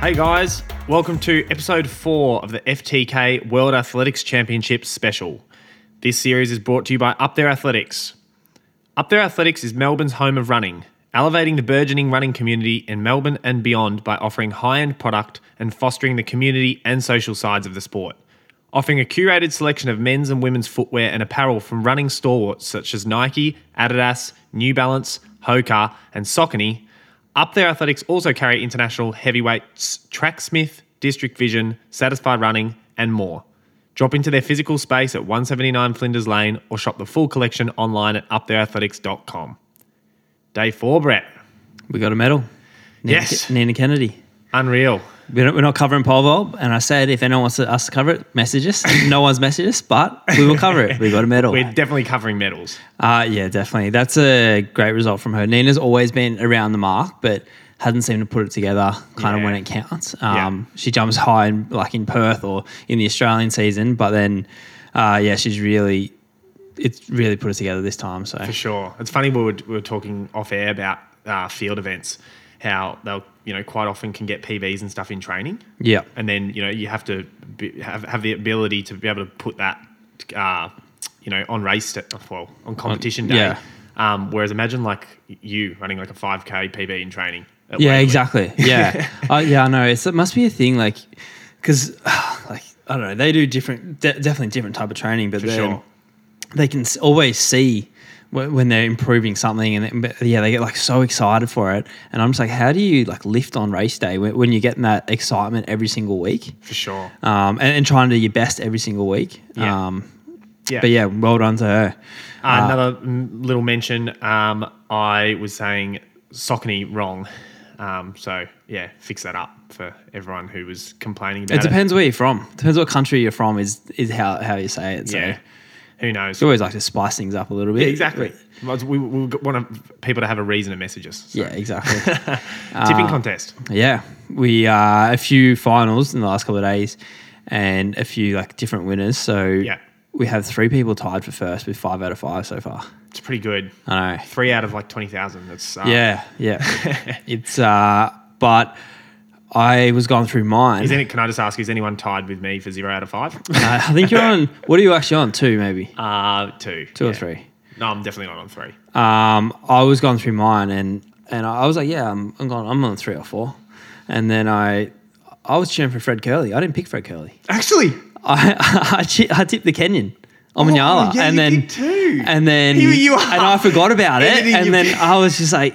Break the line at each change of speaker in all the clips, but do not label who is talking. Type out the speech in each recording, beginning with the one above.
Hey guys, welcome to episode four of the FTK World Athletics Championships special. This series is brought to you by Up There Athletics. Up There Athletics is Melbourne's home of running, elevating the burgeoning running community in Melbourne and beyond by offering high end product and fostering the community and social sides of the sport. Offering a curated selection of men's and women's footwear and apparel from running stalwarts such as Nike, Adidas, New Balance, Hoka, and Saucony, up There Athletics also carry international heavyweights Tracksmith, District Vision, Satisfied Running, and more. Drop into their physical space at 179 Flinders Lane or shop the full collection online at upthereathletics.com. Day four, Brett.
We got a medal. Nina
Yes.
Ke- Nina Kennedy.
Unreal.
We don't, we're not covering pole vault, and I said if anyone wants us to cover it, message us. no one's messaged us, but we will cover it. We got a medal.
We're definitely covering medals.
Uh, yeah, definitely. That's a great result from her. Nina's always been around the mark, but hasn't seemed to put it together
Yeah.
kind of when it counts.
Yeah.
Um, She jumps high in like in Perth or in the Australian season, but then, uh, yeah, she's really it's really put it together this time. So
For sure. It's funny we were, we were talking off air about uh, field events, how they'll you know quite often can get PBs and stuff in training,
yeah,
and then you know you have to be, have have the ability to be able to put that uh, you know on race day, well on competition day.
yeah.
Um, whereas imagine like you running like a 5k PB in training. at
Yeah,
Waverley.
exactly. Yeah, uh, yeah, I know. It's, it must be a thing, like, because, like, I don't know. They do different, de- definitely different type of training, but
For
they
sure.
they can s- always see wh- when they're improving something, and it- but, yeah, they get like so excited for it. And I'm just like, how do you like lift on race day when, when you're getting that excitement every single week,
For sure.
um, and, and trying to do your best every single week?
Yeah.
Um, But yeah, well done to her.
Uh, another m- little mention. Um, I was saying Sockney wrong. Um, so yeah, fix that up for everyone who was complaining about
It
it.
depends where you're from. Depends what country you're from is is how how you say it. So
Yeah. Who knows?
you always like to spice things up a little bit.
Yeah, exactly. Well, We, we want people to have a reason to message us. So,
Yeah, exactly. uh,
Tipping contest.
yeah, we uh, a few finals in the last couple of days, and a few like different winners. So
Yeah.
we have three people tied for first with five out of five so far.
It's pretty good.
I know.
Three out of like 20,000. That's uh,
Yeah, yeah. it's uh, but I was going through mine.
Is any, can I just ask, is anyone tied with me for zero out of five?
Uh, I think you're on. What are you actually on? Two maybe,
Uh, two.
two or
Yeah.
three.
No, I'm definitely not on three.
um, I was going through mine and and I was like, yeah, I'm, I'm going, I'm on three or four, and then I I was cheering for Fred Curley. I didn't pick Fred Curley.
Actually,
I I, chi- I tipped the Kenyan. Omanyala,
Oh, yeah,
and
you
then
did too.
and then
Here you are,
and I forgot about it,
editing
and
your-
then I was just like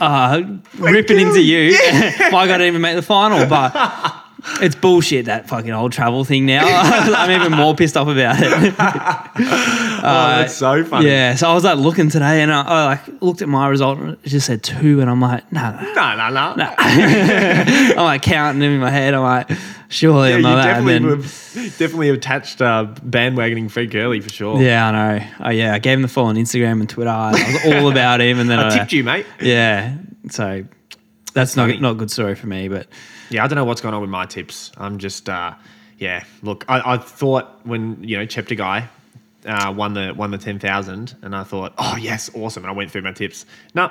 uh, ripping into you. Why I didn't even make the final? But it's bullshit that fucking old travel thing now. I'm even more pissed off about it.
oh, that's so funny.
Uh, Yeah, so I was like looking today, and I, I like looked at my result, and it just said two, and I'm like, no, no.
No, no, no. no.
I'm like counting in my head. I'm like, surely I'm
you
not that. And
definitely,
then-
have, definitely attached uh, bandwagoning Fred Curley for sure.
yeah, I know. Oh yeah, I gave him the follow on Instagram and Twitter. And I was all about him, and then
I tipped you, mate.
Yeah, so that's not
funny.
not a good story for me, but
Yeah, I don't know what's going on with my tips. I'm just, uh, yeah. Look, I, I thought when you know Chapter Guy uh, won the won the ten thousand, and I thought, oh yes, awesome. And I went through my tips. No,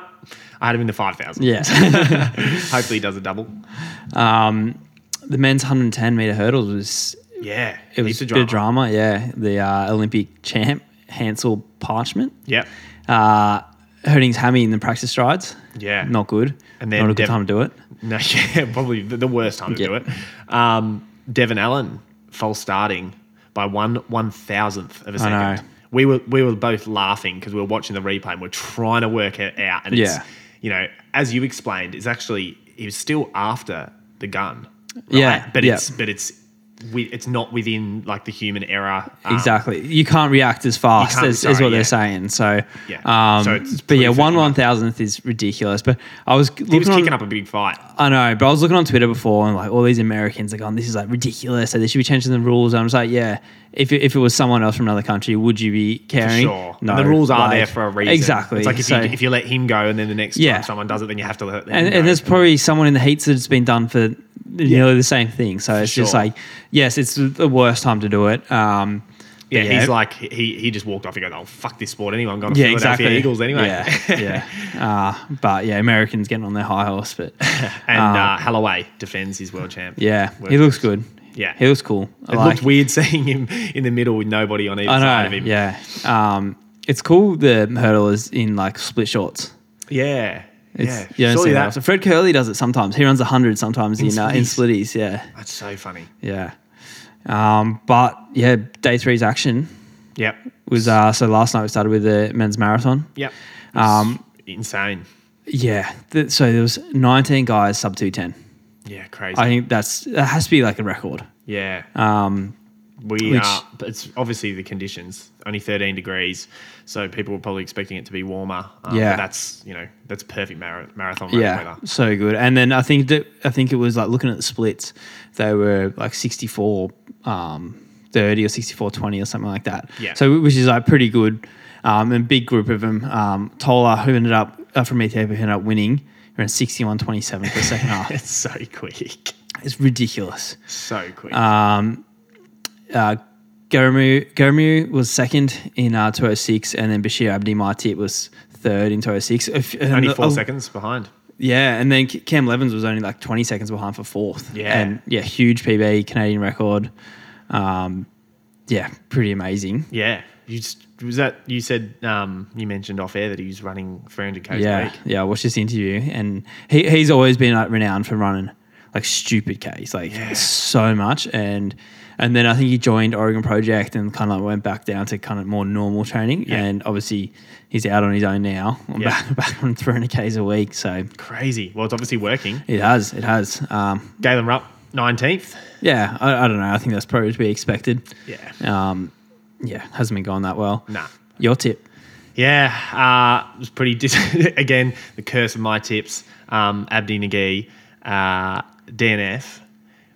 I had him in the five thousand.
yeah.
Hopefully, he does a double.
um, the men's 110 meter hurdles was
Yeah,
it was
heaps
a
of
bit of drama. Yeah, the uh, Olympic champ Hansel Parchment.
Yep.
Uh, hurting his hammy in the practice strides.
Yeah.
Not good.
And
And
then
then not a good
Dev-
time to do it.
No, yeah, probably the, the worst time to
Yeah.
do it. Um, Devin Allen false starting by one one thousandth of a second.
know.
We were we were both laughing because we were watching the replay and we're trying to work it out. And it's
Yeah.
you know, as you explained, it's actually he was still after the gun. right?
Yeah,
but
yeah.
it's but it's wi- it's not within like the human error. um,
Exactly. You can't react as fast
can't-
as,
sorry,
is what
yeah.
they're saying. So,
Yeah.
um,
So it's
but yeah,
25
one one thousandth is ridiculous. But I was
He was
looking
kicking
on,
up a big fight.
I know, but I was looking on Twitter before and like all these Americans are going, this is like ridiculous. So they should be changing the rules. And I'm just like, yeah, if it, if it was someone else from another country, would you be caring?
Sure. and the rules are
Like,
there for a reason.
Exactly.
It's like if,
So-
you, if you let him go and then the next
Yeah.
time someone does it, then you have to let them
and,
go.
and there's probably someone in the heats that's been done for nearly the same thing. So it's just
sure.
like, yes, it's the worst time to do it. Um,
Yeah,
Yeah.
he's like he he just walked off. He goes, "Oh fuck this sport anyway. I'm going to
Yeah,
Philadelphia
exactly.
Eagles anyway."
Yeah, yeah. Uh, but yeah, Americans getting on their high horse, but
and uh, Holloway defends his world champ.
Ah. yeah,
World
he looks
champs.
good.
Yeah.
he looks cool. I
It
like,
looked weird seeing him in the middle with nobody on either
I know.
side of him.
Yeah, um, it's cool. The hurdle is in like split shorts.
yeah, yeah.
It's, yeah,
Surely
that.
that's
So Fred Curley does it sometimes. He runs hundred sometimes in, uh, in
splitties.
splitties. Yeah,
that's so funny.
yeah. Um, but yeah, day three's action
Yep,
was uh, so last night we started with the men's marathon.
yep.
Um,
It's insane.
Yeah. Th- so there was 19 guys sub 210.
Yeah, crazy.
I think that's that has to be like a record.
yeah,
Um,
we
which-
are. But it's obviously the conditions. Only 13 degrees, so people were probably expecting it to be warmer. Um,
Yeah.
but that's you know that's perfect mara- marathon
yeah,
weather.
so good. And then I think that I think it was like looking at the splits, they were like 64 um, 30 or 64 20 or something like that.
Yeah.
So which is like pretty good. Um, and big group of them. Um, Tola, who ended up uh, from Ethiopia, who ended up winning around 61 27 for the second half.
It's so quick,
It's ridiculous.
so quick.
uh, Garamu, Garamu was second in uh, 206, and then Bashir Abdi Martit was third in 206. If- and
Only
the-
four
oh,
seconds behind.
Yeah, and then K- Cam Levins was only like 20 seconds behind for fourth.
Yeah.
And yeah, huge PB, Canadian record. Um, yeah, pretty amazing.
Yeah. You just, was that you said um, you mentioned off air that he was running 300 k's a
Yeah,
week.
yeah. I watched this interview, and he, he's always been like renowned for running like stupid Ks, like so much. And and then I think he joined Oregon Project and kind of like went back down to kind of more normal training.
Yeah.
And obviously, he's out on his own now, on
Yeah.
back, back on 300 Ks a week. So
Crazy. Well, it's obviously working.
it has, it has. Um,
Galen Rupp, 19th.
yeah, I, I don't know. I think that's probably to be expected.
Yeah.
Um, yeah, hasn't been going that well.
Nah.
Your tip.
Yeah. Uh, it was pretty, dis- again, the curse of my tips. Um, Abdi Nagi, uh, DNF,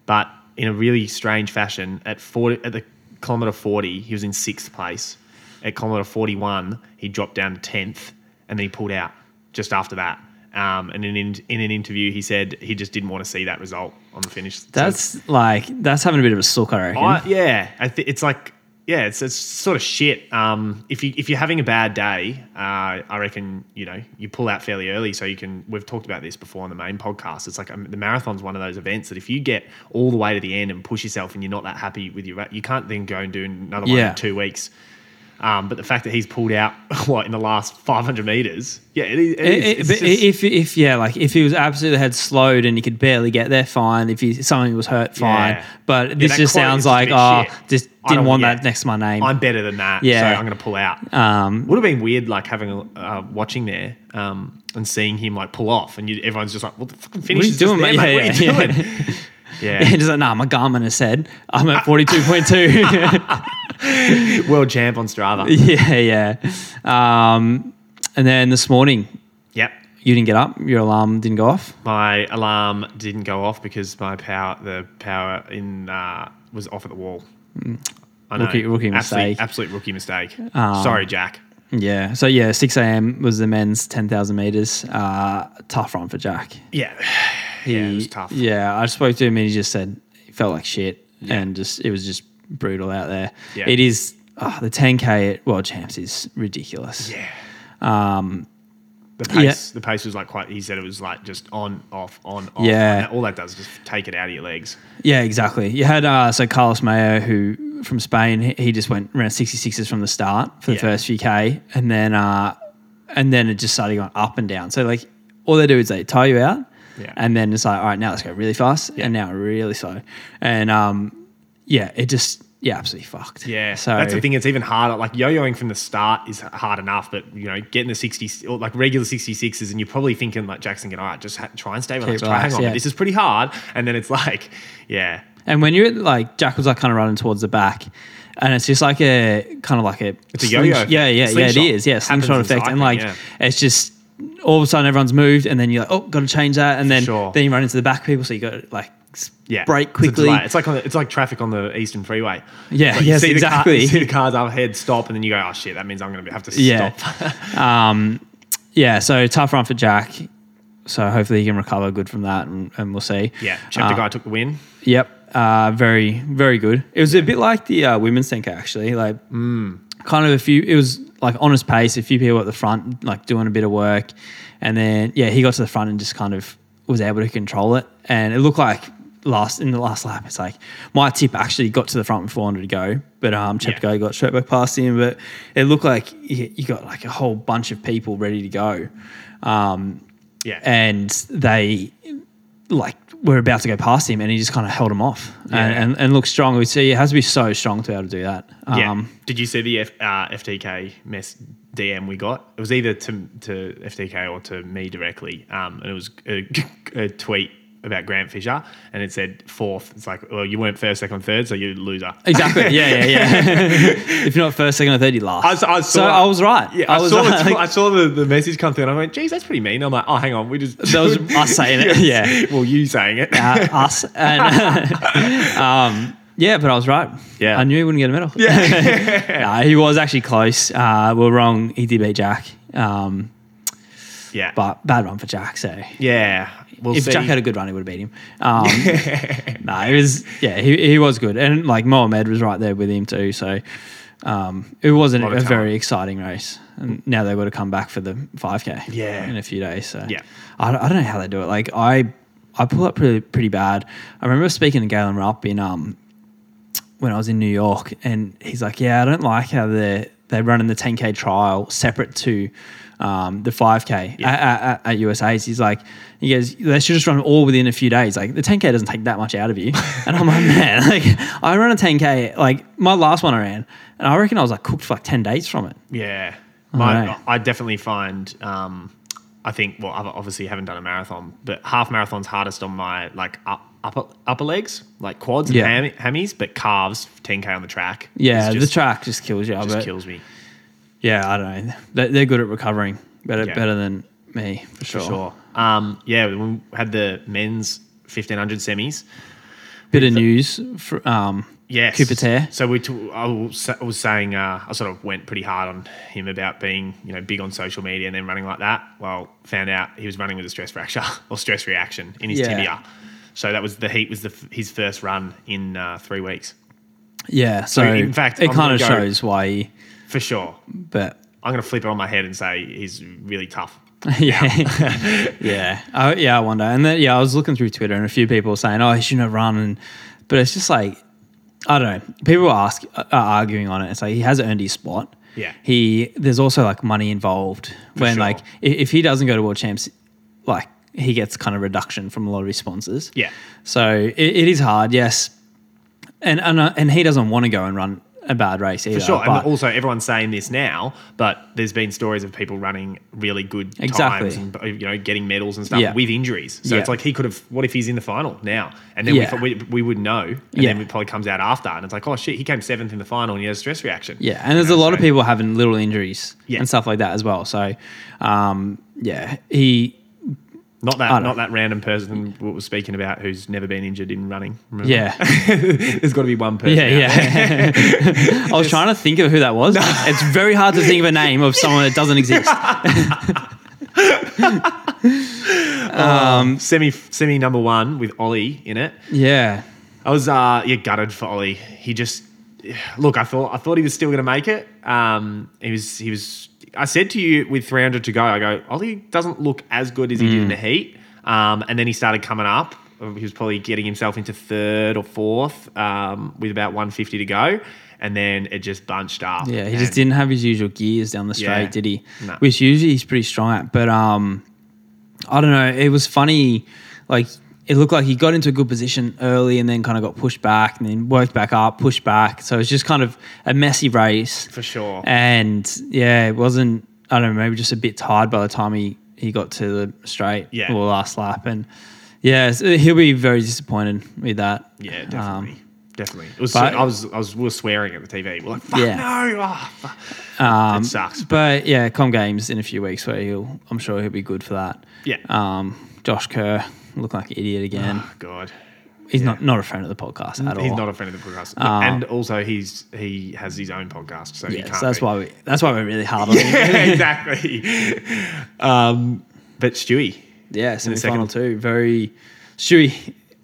but in a really strange fashion, at, 40, at the kilometre 40, he was in sixth place. At kilometre 41, he dropped down to 10th and then he pulled out just after that. Um, and in, in, in an interview, he said he just didn't want to see that result on the finish. So
That's like that's having a bit of a sook, I reckon.
I, yeah, I th- it's like yeah, it's, it's sort of shit. Um, if you if you're having a bad day, uh, I reckon you know you pull out fairly early so you can. We've talked about this before on the main podcast. It's like um, the marathon's one of those events that if you get all the way to the end and push yourself and you're not that happy with your, ra- you can't then go and do another one
Yeah.
in two weeks. Um, but the fact that he's pulled out what in the last 500 meters, yeah, it is. It,
It-
is.
it-
It's
but
just-
if if yeah, like if he was absolutely had slowed and he could barely get there, fine. If he something was hurt, fine.
Yeah.
But this
that
just
quote
sounds
is a
like
bit
oh,
shit.
just
I
didn't
don't-
want
yeah.
that next to my name.
I'm better than that,
Yeah.
so I'm going to pull out.
um,
would have been weird like having uh, watching there um, and seeing him like pull off and you, everyone's just like what the fucking finish
you
is just
doing,
there,
mate?
mate?
Yeah,
what are you
yeah,
doing yeah
and just like nah, my Garmin has said I'm at forty two point two.
world champ on Strava
Yeah, yeah. Um, and then this morning
yep
you didn't get up. Your alarm didn't go off.
my alarm didn't go off because my power the power in uh, was off at the wall I know
Mm. Rookie- rookie
absolute,
mistake. Um,
absolute rookie mistake sorry Jack
Yeah. So yeah, six a.m. was the men's ten thousand meters. Uh, tough run for Jack.
yeah yeah it was tough
Yeah, I spoke to him and he just said he felt like shit and just it was just brutal out there.
Yeah.
It is ah, the 10k at World Champs is ridiculous.
Yeah. Um, the pace, the pace was like quite. He said it was like just on, off, on, off.
Yeah.
And that- all that does is just take it out of your legs.
Yeah, exactly. You had uh, so Carlos Mayo who from Spain he- he just went around 66s from the start for the
Yeah.
first few k and then uh, and then it just started going up and down. So like all they do is they tie you out.
Yeah.
And then it's like, all right, now let's go really fast, and now really slow, and um, yeah, it just yeah, absolutely fucked.
Yeah.
so
that's the thing. It's even harder. Like yo-yoing from the start is hard enough, but you know, getting the 60 or like regular 66s and you're probably thinking like Jackson, going, all right, just ha- try and stay relaxed. Try, hang
relaxed,
on.
yeah.
This is pretty hard. And then it's like, yeah,
And when you're at, like Jack was like kind of running towards the back, and it's just like a kind of like a
It's a yo-yo effect.
Yeah, yeah, yeah. It
Slingshot.
is. Yeah, slingshot
Happens in
effect,
cycling,
and like
yeah.
it's just all of a sudden everyone's moved, and then you're like, oh, got to change that, and then
sure.
then you run into the back people, so you got to like s-
yeah.
brake
It's a
quickly.
delay. It's, like on the, it's like traffic on the Eastern Freeway.
Yeah,
Like, you
yes,
see the car-
exactly.
you see the cars up ahead stop, and then you go, oh shit, that means I'm going to have to
Yeah.
stop.
um, yeah. So tough run for Jack. So hopefully he can recover good from that, and, and we'll see.
Yeah, chapter
Uh,
guy took the win.
Yep. Uh, very, very good. It was a bit like the uh, women's 10K, actually. Like, kind of a few, it was like honest pace, a few people at the front, like doing a bit of work. And then, yeah, he got to the front and just kind of was able to control it. And it looked like last, in the last lap, it's like my tip actually got to the front with 400 to go, but um, Chepko
Yeah.
got straight back past him. But it looked like you you got like a whole bunch of people ready to go. Um,
Yeah.
and they like were about to go past him, and he just kind of held him off
Yeah.
and, and, and looked strong. We see it has to be so strong to be able to do that.
yeah.
Um,
Did you see the F, uh, FTK mess DM we got? It was either to to FTK or to me directly, um, and it was a, a tweet about Grant Fisher, and it said fourth. It's like, well, you weren't first, second, third, so you're a loser.
Exactly. Yeah, yeah, yeah. if you're not first, second, or third, you last.
I s- I
so
saw-
I was right.
Yeah, I,
was
saw the,
right.
tw- I saw the, the message come through, and I went, "Geez, that's pretty mean." I'm like, "Oh, hang on, we just
That was us saying it, yeah.
well, you saying it.
uh, us and um, yeah, but I was right.
Yeah.
I knew he wouldn't get a medal. Yeah, he was actually close. Uh, we are wrong. He did beat Jack, um,
yeah,
but bad run for Jack. So
yeah, we'll
if
see.
Jack had a good run, he would have beat him. Um, no, it was yeah, he, he was good, and like Mohamed was right there with him too. So um, it wasn't a,
Lot of talent.
very exciting race, and now they've got to come back for the five k.
Yeah.
in a few days. So
Yeah.
I, don't- I don't know how they do it. Like I, I pull up pretty pretty bad. I remember speaking to Galen Rupp in um when I was in New York, and he's like, "Yeah, I don't like how they're they're running the 10k trial separate to um, the 5k
Yeah.
at, at, at USA's." He's like, "He goes, they should just run it all within a few days. Like the 10k doesn't take that much out of you." and I'm like, "Man, like I run a 10k. Like my last one I ran, and I reckon I was like cooked for like 10 days from it."
Yeah,
I
my,
know.
I definitely find. Um, I think. Well, I obviously haven't done a marathon, but half marathons hardest on my like up, upper upper legs, like quads and
Yeah.
ham, hammies, but calves, ten k on the track. is
Yeah,
just,
the track just kills you. I
just
bet.
kills me
Yeah, I don't know. They- They're good at recovering, better
Yeah.
better than me for
for
sure.
sure. Um, yeah, we had the men's fifteen hundred semis.
Bit of news for um,
Yes.
Coupeter.
So we, t- I was I was saying, uh, I sort of went pretty hard on him about being, you know, big on social media and then running like that. Well, found out he was running with a stress fracture or stress reaction in his
Yeah.
tibia. So that was the heat was the f- his first run in uh, three weeks
Yeah, so,
in fact,
it
I'm
kind
gonna
of
go-
shows why. He,
for sure.
but
I'm gonna flip it on my head and say he's really tough.
yeah, yeah, I, yeah. I wonder, and then yeah, I was looking through Twitter, and a few people were saying, "Oh, he shouldn't have run," and but it's just like I don't know. People are, ask, are arguing on it. It's like he has earned his spot.
Yeah.
he there's also like money involved when
sure.
like i- if he doesn't go to world champs, like he gets kind of reduction from a lot of his sponsors.
Yeah.
so it, it is hard. Yes, and and uh, and he doesn't want to go and run a bad race either.
For sure.
but-
and also, everyone's saying this now, but there's been stories of people running really good
Exactly.
times and uh, you know getting medals and stuff
Yeah.
with injuries. So
Yeah.
it's like he could have. What if he's in the final now? And then
Yeah.
we, we, we would know. And
Yeah.
then it probably comes out after, and it's like, oh shit, he came seventh in the final, and he had a stress reaction.
Yeah, and there's
You
a
know,
lot of
so-
people having little injuries
Yeah.
and stuff like that as well. So, um, yeah, he,
Not
I
that,
don't
not that random person we were speaking about who's never been injured in running. remember?
yeah,
there's got to be one person.
yeah,
out there.
yeah. I was trying to think of who that was. It's very hard to think of a name of someone that doesn't exist.
Um, Semi semi number one with Ollie in it.
Yeah,
I was uh yeah gutted for Ollie. He just look. I thought I thought he was still going to make it. Um, he was he was. I said to you with 300 to go, I go Ollie doesn't look as good as he
Mm.
did in the heat. Um, and then he started coming up. He was probably getting himself into third or fourth um, with about 150 to go, and then it just bunched up.
yeah. He
And-
just didn't have his usual gears down the straight,
Yeah.
did he?
No.
Which usually he's pretty strong at. But um, I don't know. It was funny. Like it looked like he got into a good position early and then kind of got pushed back and then worked back up, pushed back. So it was just kind of a messy race.
for sure.
And yeah, it wasn't. I don't know. Maybe just a bit tired by the time he he got to the straight
Yeah.
or last lap. And yeah, so he'll be very disappointed with that.
yeah,
Um,
definitely. Definitely, it was.
but-
I was, I was, we were swearing at the TV. We're like, "Fuck
Yeah. Um,
no!" ah, fuck." it sucks.
But yeah, Com Games in a few weeks where he'll. I'm sure he'll be good for that.
Yeah.
Um, Josh Kerr looked like an idiot again.
oh God.
He's not not a friend of the podcast at all. Um,
He's not a friend of the podcast, and also he's he has his own podcast, so he
Yeah,
can't.
so that's
be.
why we that's why we're really hard on him.
exactly. Um, but Stewie,
Yeah, semi
second-
final too. Very Stewie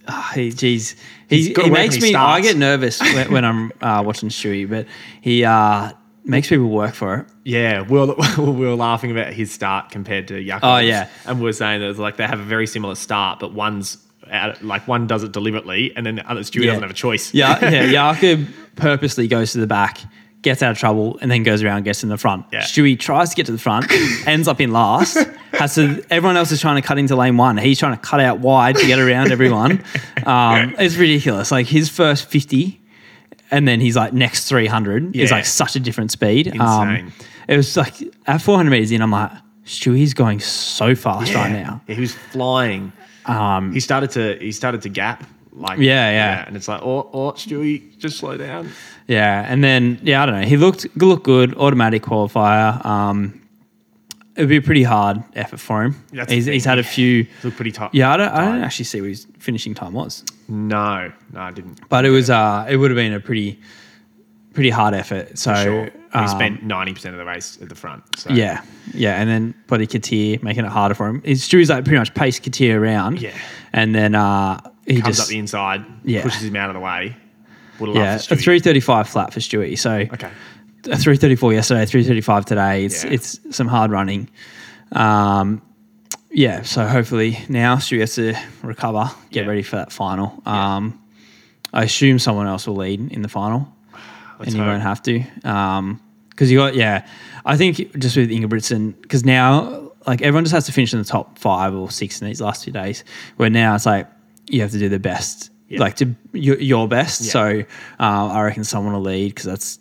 ah, he, geez, he,
He's got
he
away
makes
from his
me. I
starts.
get nervous when, when I'm uh, watching Stewie, but he uh, makes people work for it.
Yeah, Will, we were laughing about his start compared to Yakov's.
Oh, yeah.
and we were saying that it's like they have a very similar start, but one's out, like one does it deliberately, and then the other Stewie
Yeah.
doesn't have a choice.
Yeah, yeah. Jakub purposely goes to the back, gets out of trouble, and then goes around, and gets in the front.
Yeah.
Stewie tries to get to the front, ends up in last. Has to. Everyone else is trying to cut into lane one. He's trying to cut out wide to get around everyone. Um, it's ridiculous. Like his first fifty, and then he's like next three hundred is
Yeah.
like such a different speed. Um,
Insane.
it was like at four hundred meters in, I'm like. Stewie's going so fast right
Yeah.
now.
Yeah, he was flying. Um, he started to he started to gap like
Yeah, yeah.
and it's like oh oh Stewie just slow down.
Yeah, and then yeah, I don't know. He looked looked good, automatic qualifier. Um, it'd be a pretty hard effort for him.
That's the
he's, he's
thing.
had a few.
He looked pretty tight.
Yeah, I don't, I don't actually see what his finishing time was,
no, no, I didn't.
but it was uh, it would have been a pretty pretty hard effort. So
Sure, he
um,
spent ninety percent of the race at the front. So.
yeah, yeah, and then bloody Katir making it harder for him. It's Drew's like pretty much paced Katir around.
Yeah.
and then uh, he
comes
just
up the inside,
Yeah.
pushes him out of the way. Would have
yeah
loved
a
for Stewie.
three thirty five flat for Stewie. So
Okay.
a 334 yesterday, 335 today. It's
Yeah.
it's some hard running. Um, yeah, so hopefully now Stu has to recover, get
Yeah.
ready for that final. Um, I assume someone else will lead in the final,
Let's
and you
hope.
won't have to. Because you got yeah, I think just with Ingebrigtsen, because now like everyone just has to finish in the top five or six in these last few days. Where now it's like you have to do the best,
Yeah.
like to your, your best.
Yeah.
So uh, I reckon someone will lead because that's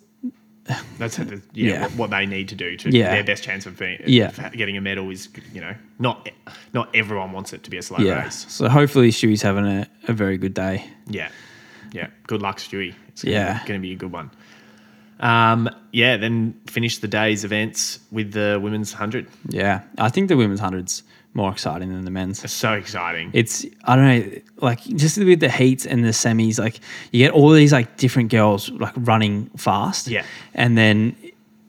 That's yeah, yeah.
Yeah.
What, what they need to do to
Yeah.
their best chance of, being,
Yeah.
of getting a medal is you know not not everyone wants it to be a slow
Yeah.
race.
So hopefully Stewie's having a, a very good day.
Yeah, yeah. Good luck, Stewie. It's gonna,
Yeah.
going to be a good one. Um, yeah. Then finish the day's events with the women's hundred.
Yeah. I think the women's hundreds more exciting than the men's.
So exciting.
It's I don't know, like just with the heats and the semis, like you get all these like different girls like running fast.
Yeah.
And then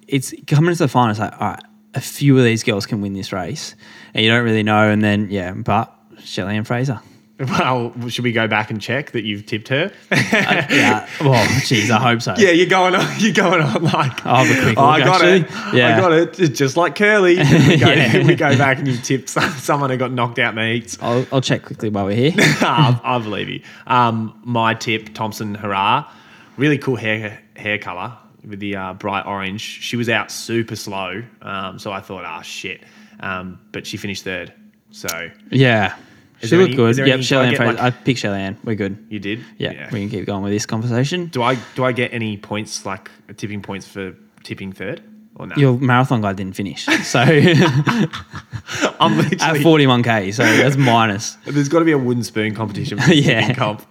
it's coming to the final, it's like, all right, a few of these girls can win this race. And you don't really know. And then yeah, but Shelley and Fraser.
well, should we go back and check that you've tipped her?
Yeah. well, geez, I hope so.
Yeah, you're going on. You're going on like.
I'll have a quick
"Oh, I
look,
got it.
actually." Yeah.
I got it. It's just like Curly. We go,
Yeah.
we go back and you tip some, someone who got knocked out in the heats.
I'll, I'll check quickly while we're here.
I, I believe you. Um, my tip, Thompson Hurrah. Really cool hair hair color with the uh, bright orange. She was out super slow, um, so I thought, ah, shit. Um, but she finished third, so
Yeah.
Is
she
there
looked
any- is
good.
there
Yep,
any-
Shelley
I
and
get, like-
Fraser. I picked Shelley Ann. We're good.
you did.
Yeah, we can keep going with this conversation.
Do I do I get any points like tipping points for tipping third or no?
Your marathon guy didn't finish, so at
I'm literally.
forty-one k, so that's minus.
there's got to be a wooden spoon competition. For
Yeah.
yeah. Comp.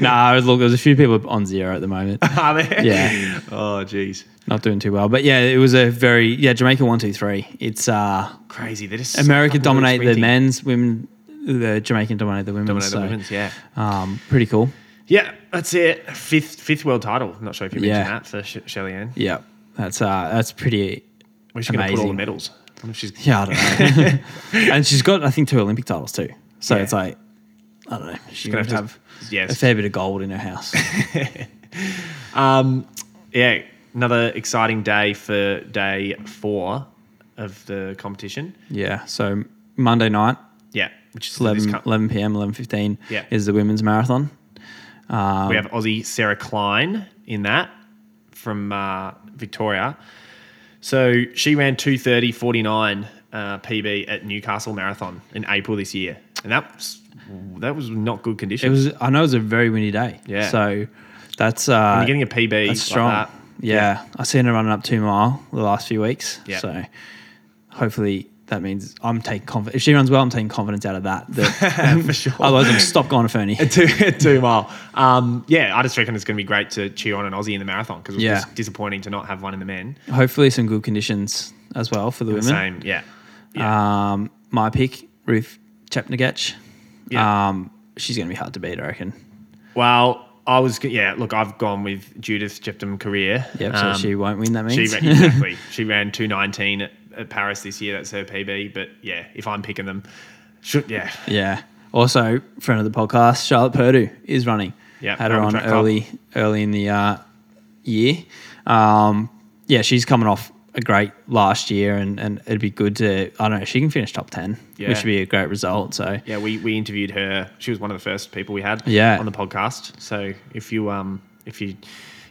Nah, look, there's a few people on zero at the moment,
Are there?
Yeah.
Oh, jeez.
not doing too well. But yeah, it was a very yeah Jamaica one two three. It's uh
Crazy. They're just
America
fucking
dominate the
sprinting.
men's, women the Jamaican dominate the women.
Dominate the
so,
women's, yeah.
um, pretty cool.
Yeah, that's it. Fifth fifth world title. Not sure if you mentioned
Yeah.
that for she- Shelly Ann.
Yeah, that's uh that's pretty.
Where's she going to put all the
Amazing.
medals? I wonder if she's
Yeah, I don't know. and she's got I think two Olympic titles too. So
Yeah.
it's like I don't know. She's
gonna
gonna
have
have,
to- yes.
a fair bit of gold in her house.
Um, yeah, another exciting day for day four of the competition.
Yeah. So Monday night,
Yeah, which is
11,
this cup.
11 p.m., 11.15
Yeah.
is the women's marathon.
we
Um,
have Aussie Sarah Klein in that from uh, Victoria. So she ran 230.49 uh, PB at Newcastle Marathon in April this year. And that was, that was not good condition.
It was, I know it was a very windy day.
Yeah.
So that's, uh,
You're getting a PB
that's
like
strong.
that.
yeah. I've seen her running up two mile the last few weeks.
Yeah.
So hopefully that means I'm taking confidence. If she runs well, I'm taking confidence out of that. that
For sure.
otherwise, I'm stop going to Fernie.
two two mile. Um, yeah, I just reckon it's going to be great to cheer on an Aussie in the marathon because it was
Yeah.
just disappointing to not have one in the men.
Hopefully, some good conditions as well for the women.
Same, yeah,
Um, my pick, Ruth Chapnagach.
Yeah.
Um, she's going to be hard to beat, I reckon.
Well, I was g- yeah. Look, I've gone with Judith Jeptum career.
Yep.
Um,
so she won't win. That
she
means
ran, exactly she ran two nineteen at, at Paris this year. That's her PB. But yeah, if I'm picking them, should yeah.
Yeah. Also, friend of the podcast, Charlotte Purdue is running.
Yeah,
had her
Melbourne
on
Track Club.
early early in the uh, year. Um, yeah, she's coming off a great last year, and, and it'd be good to I don't know. She can finish top ten,
Yeah.
which would be a great result. So
Yeah, we, we interviewed her. She was one of the first people we had
Yeah.
on the podcast. So if you um if you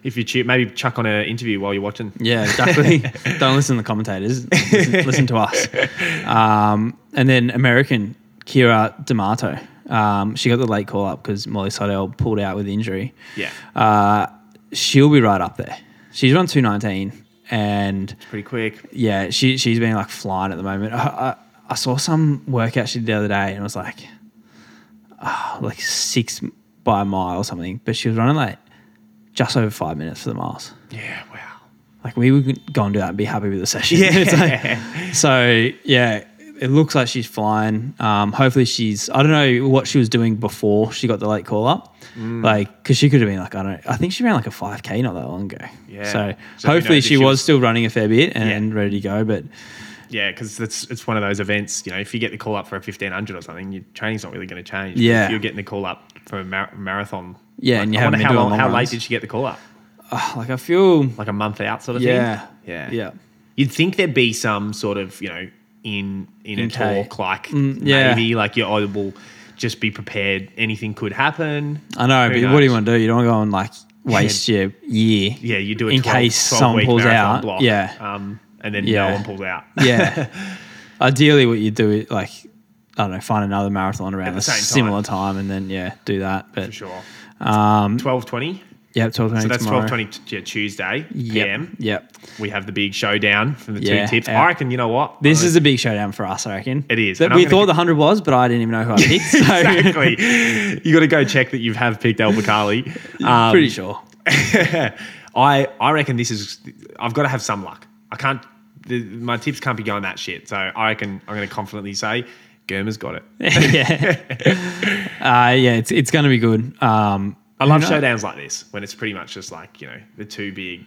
if you cheer, maybe chuck on her interview while you're watching.
Yeah, exactly. Don't listen to the commentators. Listen, listen to us. Um, and then American Kira D'Amato. Um, she got the late call up because Molly Sodell pulled out with injury.
Yeah.
Uh, she'll be right up there. She's run 219 and
Pretty quick.
yeah, she she's been like flying at the moment. I, I, I saw some workout she did the other day, and it was like, ah, like six by a mile or something. But she was running like just over five minutes for the miles.
Yeah, wow.
Like we would go and do that and be happy with the session. It's like- so yeah, it looks like she's flying. Um, hopefully she's. I don't know what she was doing before she got the late call up.
Mm.
Like, because she could have been like, I don't. I think she ran like a five k not that long ago.
Yeah.
So,
So who
hopefully
knows if
she
she
was,
was-
still running a fair bit and,
Yeah.
and ready to go. But
Yeah, because it's it's one of those events. You know, if you get the call up for a fifteen hundred or something, your training's not really going to change. But
Yeah.
if you're getting the call up for a mar- marathon.
Yeah,
like,
and you
I
haven't
wonder
been
how
doing
long,
long
how late
runs.
did she get the call up?
uh, like I feel
Like a month out, sort of
Yeah.
thing. Yeah,
Yeah.
You'd think there'd be some sort of you know in in, a
Okay.
talk like
Mm, yeah.
maybe like you're oh, well, just be prepared. Anything could happen.
I know,
Who
but what do you
knows?
want to do? You don't want to go and like waste your year.
Yeah, you do it
in case someone pulls out.
Block,
Yeah,
um, and then
Yeah.
no one pulls out.
yeah. Ideally, what you do is like I don't know, find another marathon around
the
a
same time.
similar time. and then yeah, do that. But
for sure.
um,
Twelve twenty.
yeah, twelve twenty.
So that's
tomorrow.
twelve twenty yeah, Tuesday
Yep,
PM.
yep.
We have the big showdown from the
Yeah,
two tips.
yeah.
I reckon you know what
This is a big showdown for us, I reckon.
It is,
That
and I'm
we
gonna
thought
get-
the hundred was, but I didn't even know who I picked. So
exactly. you got to go check that you have picked El Bakali. Um,
pretty sure.
I I reckon this is. I've got to have some luck. I can't. The, my tips can't be going that shit. So I reckon I'm going to confidently say. Germa's got it.
yeah, uh, yeah. It's it's gonna be good. Um,
I love
knows?
showdowns like this when it's pretty much just like you know the two big,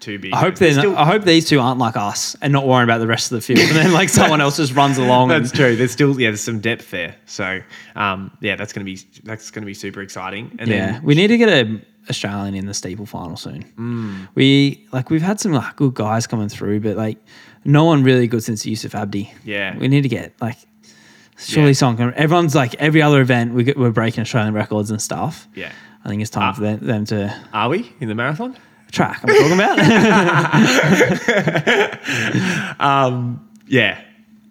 two big.
I hope they're not, I hope these two aren't like us and not worrying about the rest of the field, and then like someone else just runs along. and-
That's true. There's still yeah, there's some depth there. So um, yeah, that's gonna be that's gonna be super exciting. And
Yeah,
then
we need to get a Australian in the steeple final soon.
Mm.
We like we've had some like good guys coming through, but like no one really good since Yusuf Abdi.
Yeah.
we need to get like surely
Yeah.
someone. Can, everyone's like every other event we get, we're breaking Australian records and stuff.
yeah, Ah.
I think it's time for them, them to
are we in the marathon?
track. I'm talking about.
Yeah.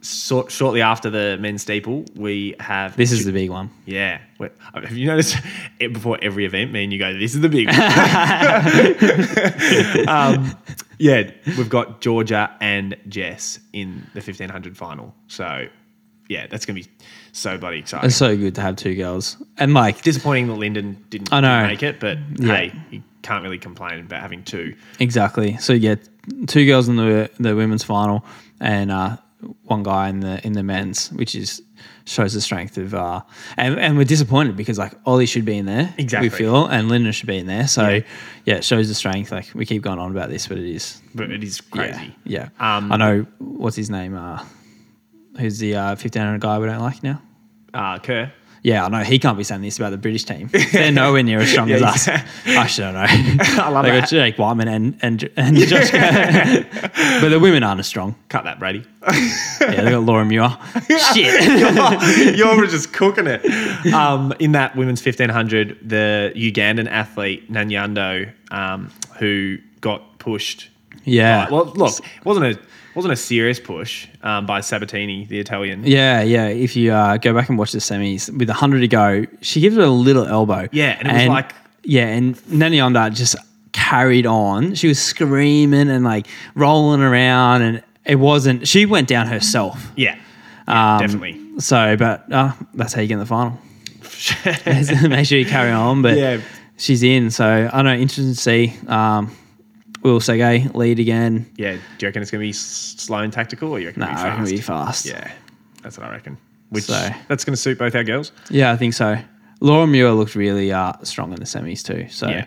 So, shortly after the men's steeple, we have
this is the big one.
yeah. Wait, have you noticed it before every event? Me and you go. This is the big one. um, yeah, we've got Georgia and Jess in the fifteen hundred final. So yeah, that's gonna be so bloody exciting.
It's so good to have two girls and like
disappointing that Lyndon didn't
I know.
make it, but
Yeah.
hey, you can't really complain about having two.
Exactly. So yeah, two girls in the the women's final and uh, one guy in the in the men's, which is shows the strength of uh and, and we're disappointed because like Ollie should be in there.
Exactly.
We feel and Linda should be in there. So
Yeah.
yeah. it shows the strength. Like we keep going on about this, but it is
But it is
yeah,
crazy.
Yeah.
Um,
I know what's his name, uh who's the uh fifteen hundred guy we don't like now?
Uh, Kerr.
Yeah, I know he can't be saying this about the British team. They're nowhere near as strong
Yeah,
as us. Actually, I don't know.
I love
they
that.
got Jake Whiteman and and and Josh. but the women aren't as strong.
Cut that, Brady.
Yeah, they got Laura Muir. Shit.
You're just cooking it. Um, in that women's 1500, the Ugandan athlete, Nanyando, um, who got pushed.
Yeah.
Well, look, it wasn't a, wasn't a serious push um, by Sabatini, the Italian.
Yeah, yeah. If you uh, go back and watch the semis with 100 to go, she gives it a little elbow.
Yeah, and it was like-
Yeah, and Nani Onda just carried on. She was screaming and like rolling around, and it wasn't, she went down herself.
Yeah, Yeah,
Um,
definitely.
So, but uh, that's how you get in the final. Make sure you carry on. But
Yeah.
she's in. So I don't know. Interesting to see. Um, Will Sergey lead again?
Yeah, do you reckon it's going to be s- slow and tactical, or you reckon
No,
it'll
I reckon
be
it'll be
fast?
fast.
Yeah, that's what I reckon. Which
So-
that's going to suit both our girls.
Yeah, I think so. Laura Muir looked really uh, strong in the semis too. So
Yeah.
yeah,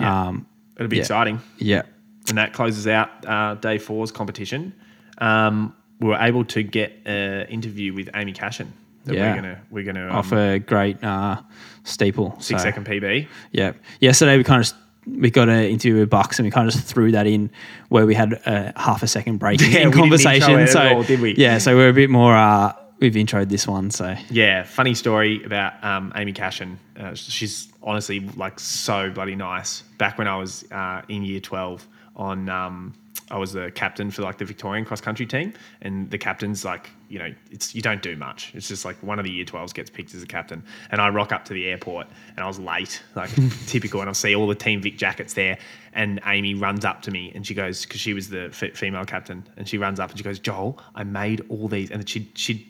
Yeah.
um,
It'll be
Yeah.
exciting.
yeah.
And that closes out uh, day four's competition. Um, we were able to get an interview with Amy Cashin, that
Yeah.
we're gonna we're gonna um,
off a great uh, steeple.
six
so,
second PB.
Yeah. Yesterday we kind of we got an interview with Bucks and we kind of just threw that in where we had a half a second break
Yeah, we
in
didn't
conversation.
intro it at
so
all, did we?
Yeah. So we're a bit more. Uh, we've introed this one. So
Yeah, funny story about um, Amy Cashin. Uh, she's honestly like so bloody nice. Back when I was uh, in year twelve, on um, I was the captain for like the Victorian cross country team, and the captain's like you know it's you don't do much. It's just like one of the year twelves gets picked as a captain, and I rock up to the airport and I was late, like typical, and I see all the Team Vic jackets there, and Amy runs up to me and she goes because she was the f- female captain, and she runs up and she goes, Joel, I made all these, and she she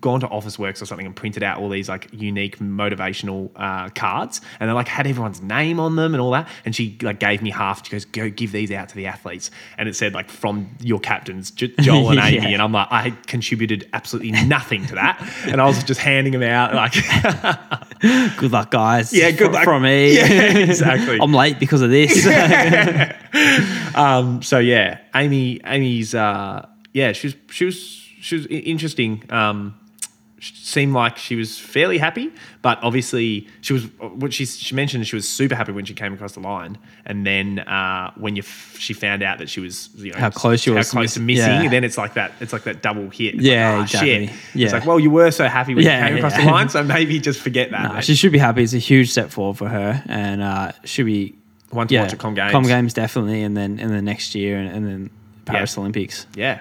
gone to Officeworks or something and printed out all these like unique motivational uh, cards, and they like had everyone's name on them and all that. And she like gave me half. She goes, "Go give these out to the athletes," and it said like from your captains, J- Joel and Amy.
Yeah.
And I'm like, I contributed absolutely nothing to that, and I was just handing them out like,
good luck, guys.
Yeah, good
fr-
luck.
from me.
yeah, exactly.
I'm late because of this.
Um, so yeah, Amy, Amy's, uh, yeah, she was, she was, she was i- interesting. Um, she seemed like she was fairly happy, but obviously she was. uh, What she she mentioned, she was super happy when she came across the line, and then uh, when you f- she found out that she was, you know,
How close she
how
was to
close
miss-
to missing,
yeah.
then it's like that. It's like that double hit. It's
Yeah,
like, "Ah,
exactly.
Shit.
Yeah.
It's like, well, you were so happy when
Yeah,
you came across
yeah.
the line, so maybe just forget that.
Uh,
mate.
she should be happy. It's a huge step forward for her, and uh, should be
One to watch at Com Games.
Com Games definitely, and then and then next year, and, and then Paris
Yeah.
Olympics.
yeah.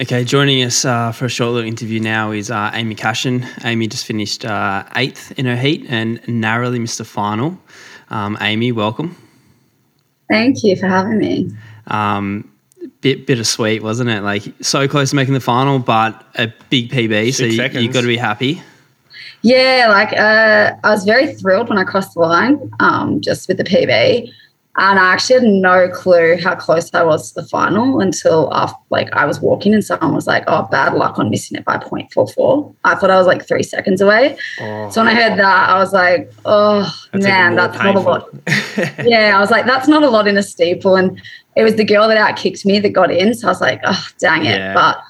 Okay, joining us uh, for a short little interview now is uh, Amy Cashin. Amy just finished uh, eighth in her heat and narrowly missed the final. Um, Amy, welcome.
Thank you for having me.
Um, bit bittersweet, wasn't it? Like so close to making the final, but a big PB, so
Six
you,
seconds.
you've got to be happy.
Yeah, like uh, I was very thrilled when I crossed the line, um, just with the PB, and I actually had no clue how close I was to the final until after, like I was walking and someone was like, "Oh, bad luck on missing it by 0.44." I thought I was like three seconds away.
Oh,
So when I heard that, I was like, "Oh
even
man,
more
that's not a lot." yeah, I was like, "That's not a lot in a steeple," and it was the girl that outkicked me that got in. So I was like, "Oh, dang it!"
Yeah.
But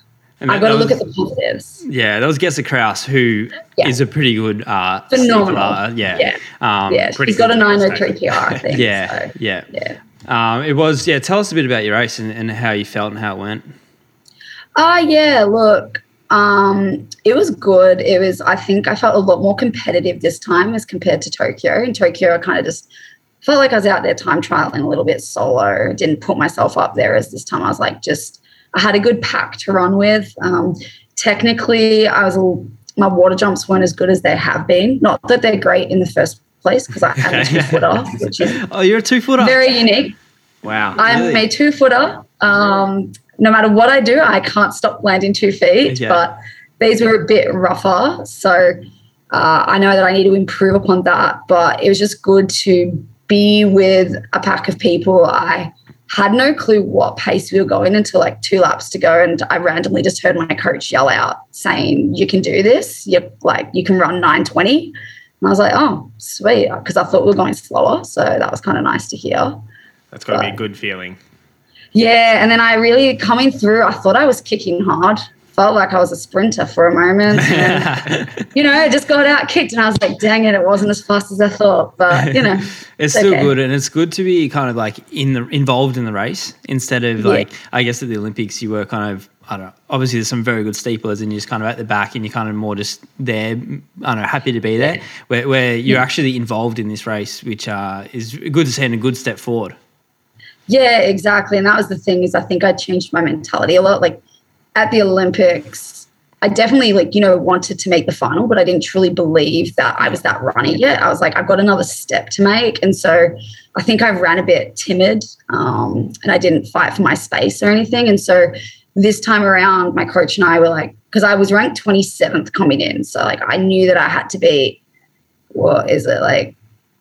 And
I
that-
got to
that
look
was-
at the positives.
Yeah, that was Gessa Kraus, who is a
Yeah.
pretty good uh,
Phenomenal.
stapler. Yeah,
Yeah.
Um,
yeah,
pretty
she's got a
good
903 PR, I think.
yeah,
So,
yeah.
yeah.
Um, it was. Yeah, tell us a bit about your race and, and how you felt and how it went.
Ah, yeah, look, um, it was good. It was, I think I felt a lot more competitive this time as compared to Tokyo. In Tokyo, I kind of just felt like I was out there time trialing a little bit solo, didn't put myself up there as this time. I was like, just, I had a good pack to run with. Um, technically, I was, a- my water jumps weren't as good as they have been. Not that they're great in the first place because I had a
Okay.
two footer, which is
Oh, you're a two footer.
very unique.
Wow.
I'm
Really?
a two footer. Um, no matter what I do, I can't stop landing two feet.
Yeah.
But these were a bit rougher, so uh, I know that I need to improve upon that. But it was just good to be with a pack of people. I had no clue what pace we were going until like two laps to go, and I randomly just heard my coach yell out saying, "You can do this. You like you can run 920." And I was like, "Oh, sweet," because I thought we were going slower, so that was kind of nice to hear.
That's got to be a good feeling.
Yeah, and then I really coming through, I thought I was kicking hard. Felt like I was a sprinter for a moment. And, you know, I just got out kicked and I was like, dang it, it wasn't as fast as I thought. But you know,
it's still
okay.
good, and it's good to be kind of like in the involved in the race instead of
Yeah.
like I guess at the Olympics you were kind of I don't know. Obviously, there's some very good steeplers, and you're just kind of at the back, and you're kind of more just there. I don't know, happy to be there. Where, where you're actually involved in this race, which uh, is good to see and a good step forward.
yeah, exactly. And that was the thing is I think I changed my mentality a lot. Like at the Olympics, I definitely like, you know, wanted to make the final, but I didn't truly believe that I was that running yet. I was like, I've got another step to make. And so I think I ran a bit timid um, and I didn't fight for my space or anything. And so this time around, my coach and I were like, because I was ranked 27th coming in. So like I knew that I had to be, what is it, like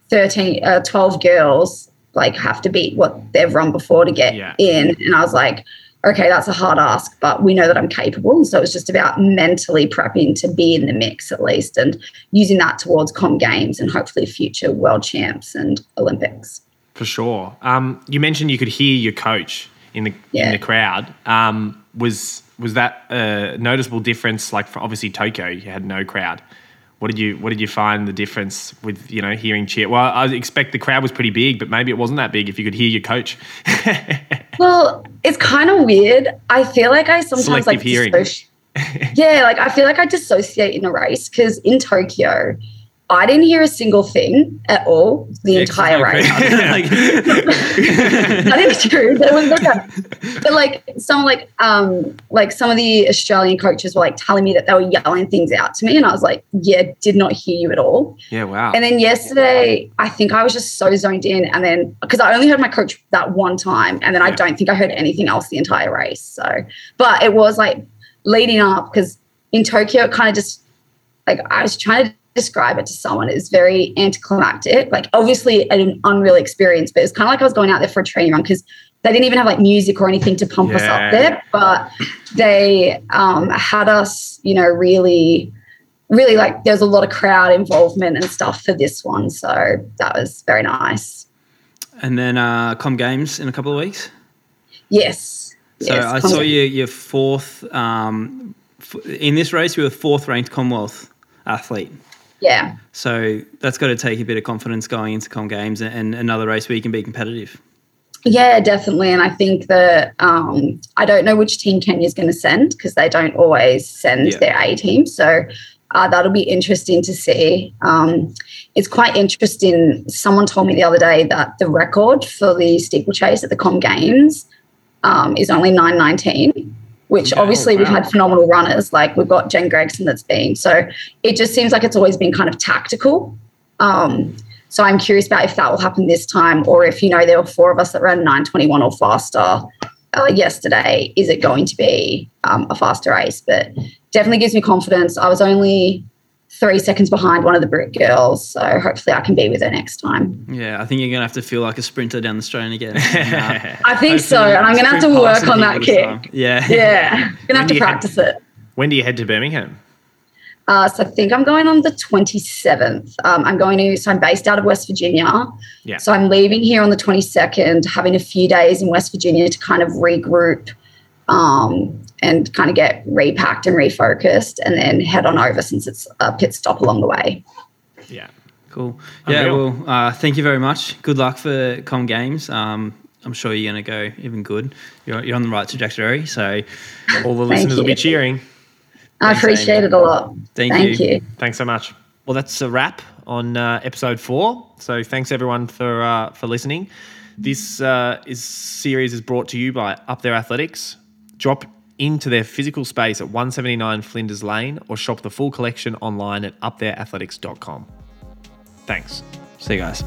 13, uh, 12 girls like have to beat what they've run before to get
Yeah.
in. And I was like, okay, that's a hard ask, but we know that I'm capable. And so it's just about mentally prepping to be in the mix at least and using that towards com games and hopefully future world champs and Olympics.
For sure. Um, you mentioned you could hear your coach in the
Yeah.
in the crowd. Um, was was that a noticeable difference? Like for obviously Tokyo, you had no crowd. What did you What did you find the difference with you know hearing cheer? Well, I expect the crowd was pretty big, but maybe it wasn't that big if you could hear your coach.
Well, it's kind of weird. I feel like I sometimes
Selective
like
hearing.
dissoci- yeah, like I feel like I dissociate in a race because in Tokyo, I didn't hear a single thing at all the entire race. I think it's true. But, it was okay. but like some like um like some of the Australian coaches were like telling me that they were yelling things out to me, and I was like, yeah, did not hear you at all.
yeah, wow.
And then yesterday, I think I was just so zoned in, and then because I only heard my coach that one time, and then I
Yeah.
don't think I heard anything else the entire race. So, but it was like leading up because in Tokyo, it kind of just like I was trying to describe it to someone. It was very anticlimactic, like obviously an unreal experience, but it's kind of like I was going out there for a training run because they didn't even have like music or anything to pump us
Yeah.
up there, but they um, had us, you know, really, really like there's a lot of crowd involvement and stuff for this one. So that was very nice.
and then uh, Com Games in a couple of weeks.
Yes.
So
yes,
I saw you your fourth um, f- in this race. You were fourth ranked Commonwealth athlete.
Yeah.
So that's got to take a bit of confidence going into Com Games and, and another race where you can be competitive.
Yeah, definitely. And I think that um, I don't know which team Kenya's going to send because they don't always send
Yeah.
their A team. So uh, that'll be interesting to see. Um, it's quite interesting. Someone told me the other day that the record for the steeplechase at the Com Games um, is only 919, which
Okay.
obviously
Oh,
we've
wow.
had phenomenal runners. Like we've got Jen Gregson that's been. So it just seems like it's always been kind of tactical. Um, so I'm curious about if that will happen this time, or if you know there were four of us that ran 9:21 or faster uh, yesterday. Is it going to be um, a faster race? But definitely gives me confidence. I was only three seconds behind one of the Brit girls, so hopefully I can be with her next time.
Yeah, I think you're gonna have to feel like a sprinter down the strain again. And, uh,
I think so,
hopefully
and I'm gonna have to
sprint past
work
some
on that
people this
kick.
time. Yeah.
Yeah, gonna have
do
to
you head-
practice it.
when do you head to Birmingham?
Uh, so I think I'm going on the 27th. Um, I'm going to, so I'm based out of West Virginia.
Yeah.
So I'm leaving here on the 22nd, having a few days in West Virginia to kind of regroup um, and kind of get repacked and refocused and then head on over since it's a pit stop along the way.
Yeah.
Cool. Yeah.
Unreal.
Well, uh, thank you very much. Good luck for Com Games. Um, I'm sure you're gonna go even good. You're, you're on the right trajectory. So
All the listeners will be
you.
cheering.
I
Thanks,
appreciate
Amy.
it a lot.
Thank you.
you.
Thanks so much. Well, that's a wrap on uh, episode four. So thanks everyone for uh, for listening. This uh, is series is brought to you by Up There Athletics. Drop into their physical space at 179 Flinders Lane or shop the full collection online at upthereathletics.com. Thanks.
see you guys.